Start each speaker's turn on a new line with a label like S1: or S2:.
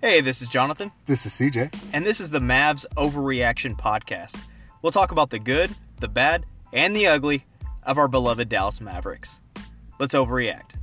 S1: Hey, this is Jonathan,
S2: This is CJ.
S1: and this is the Mavs Overreaction Podcast. We'll talk about the good, the bad, and the ugly of our beloved Dallas Mavericks. Let's overreact.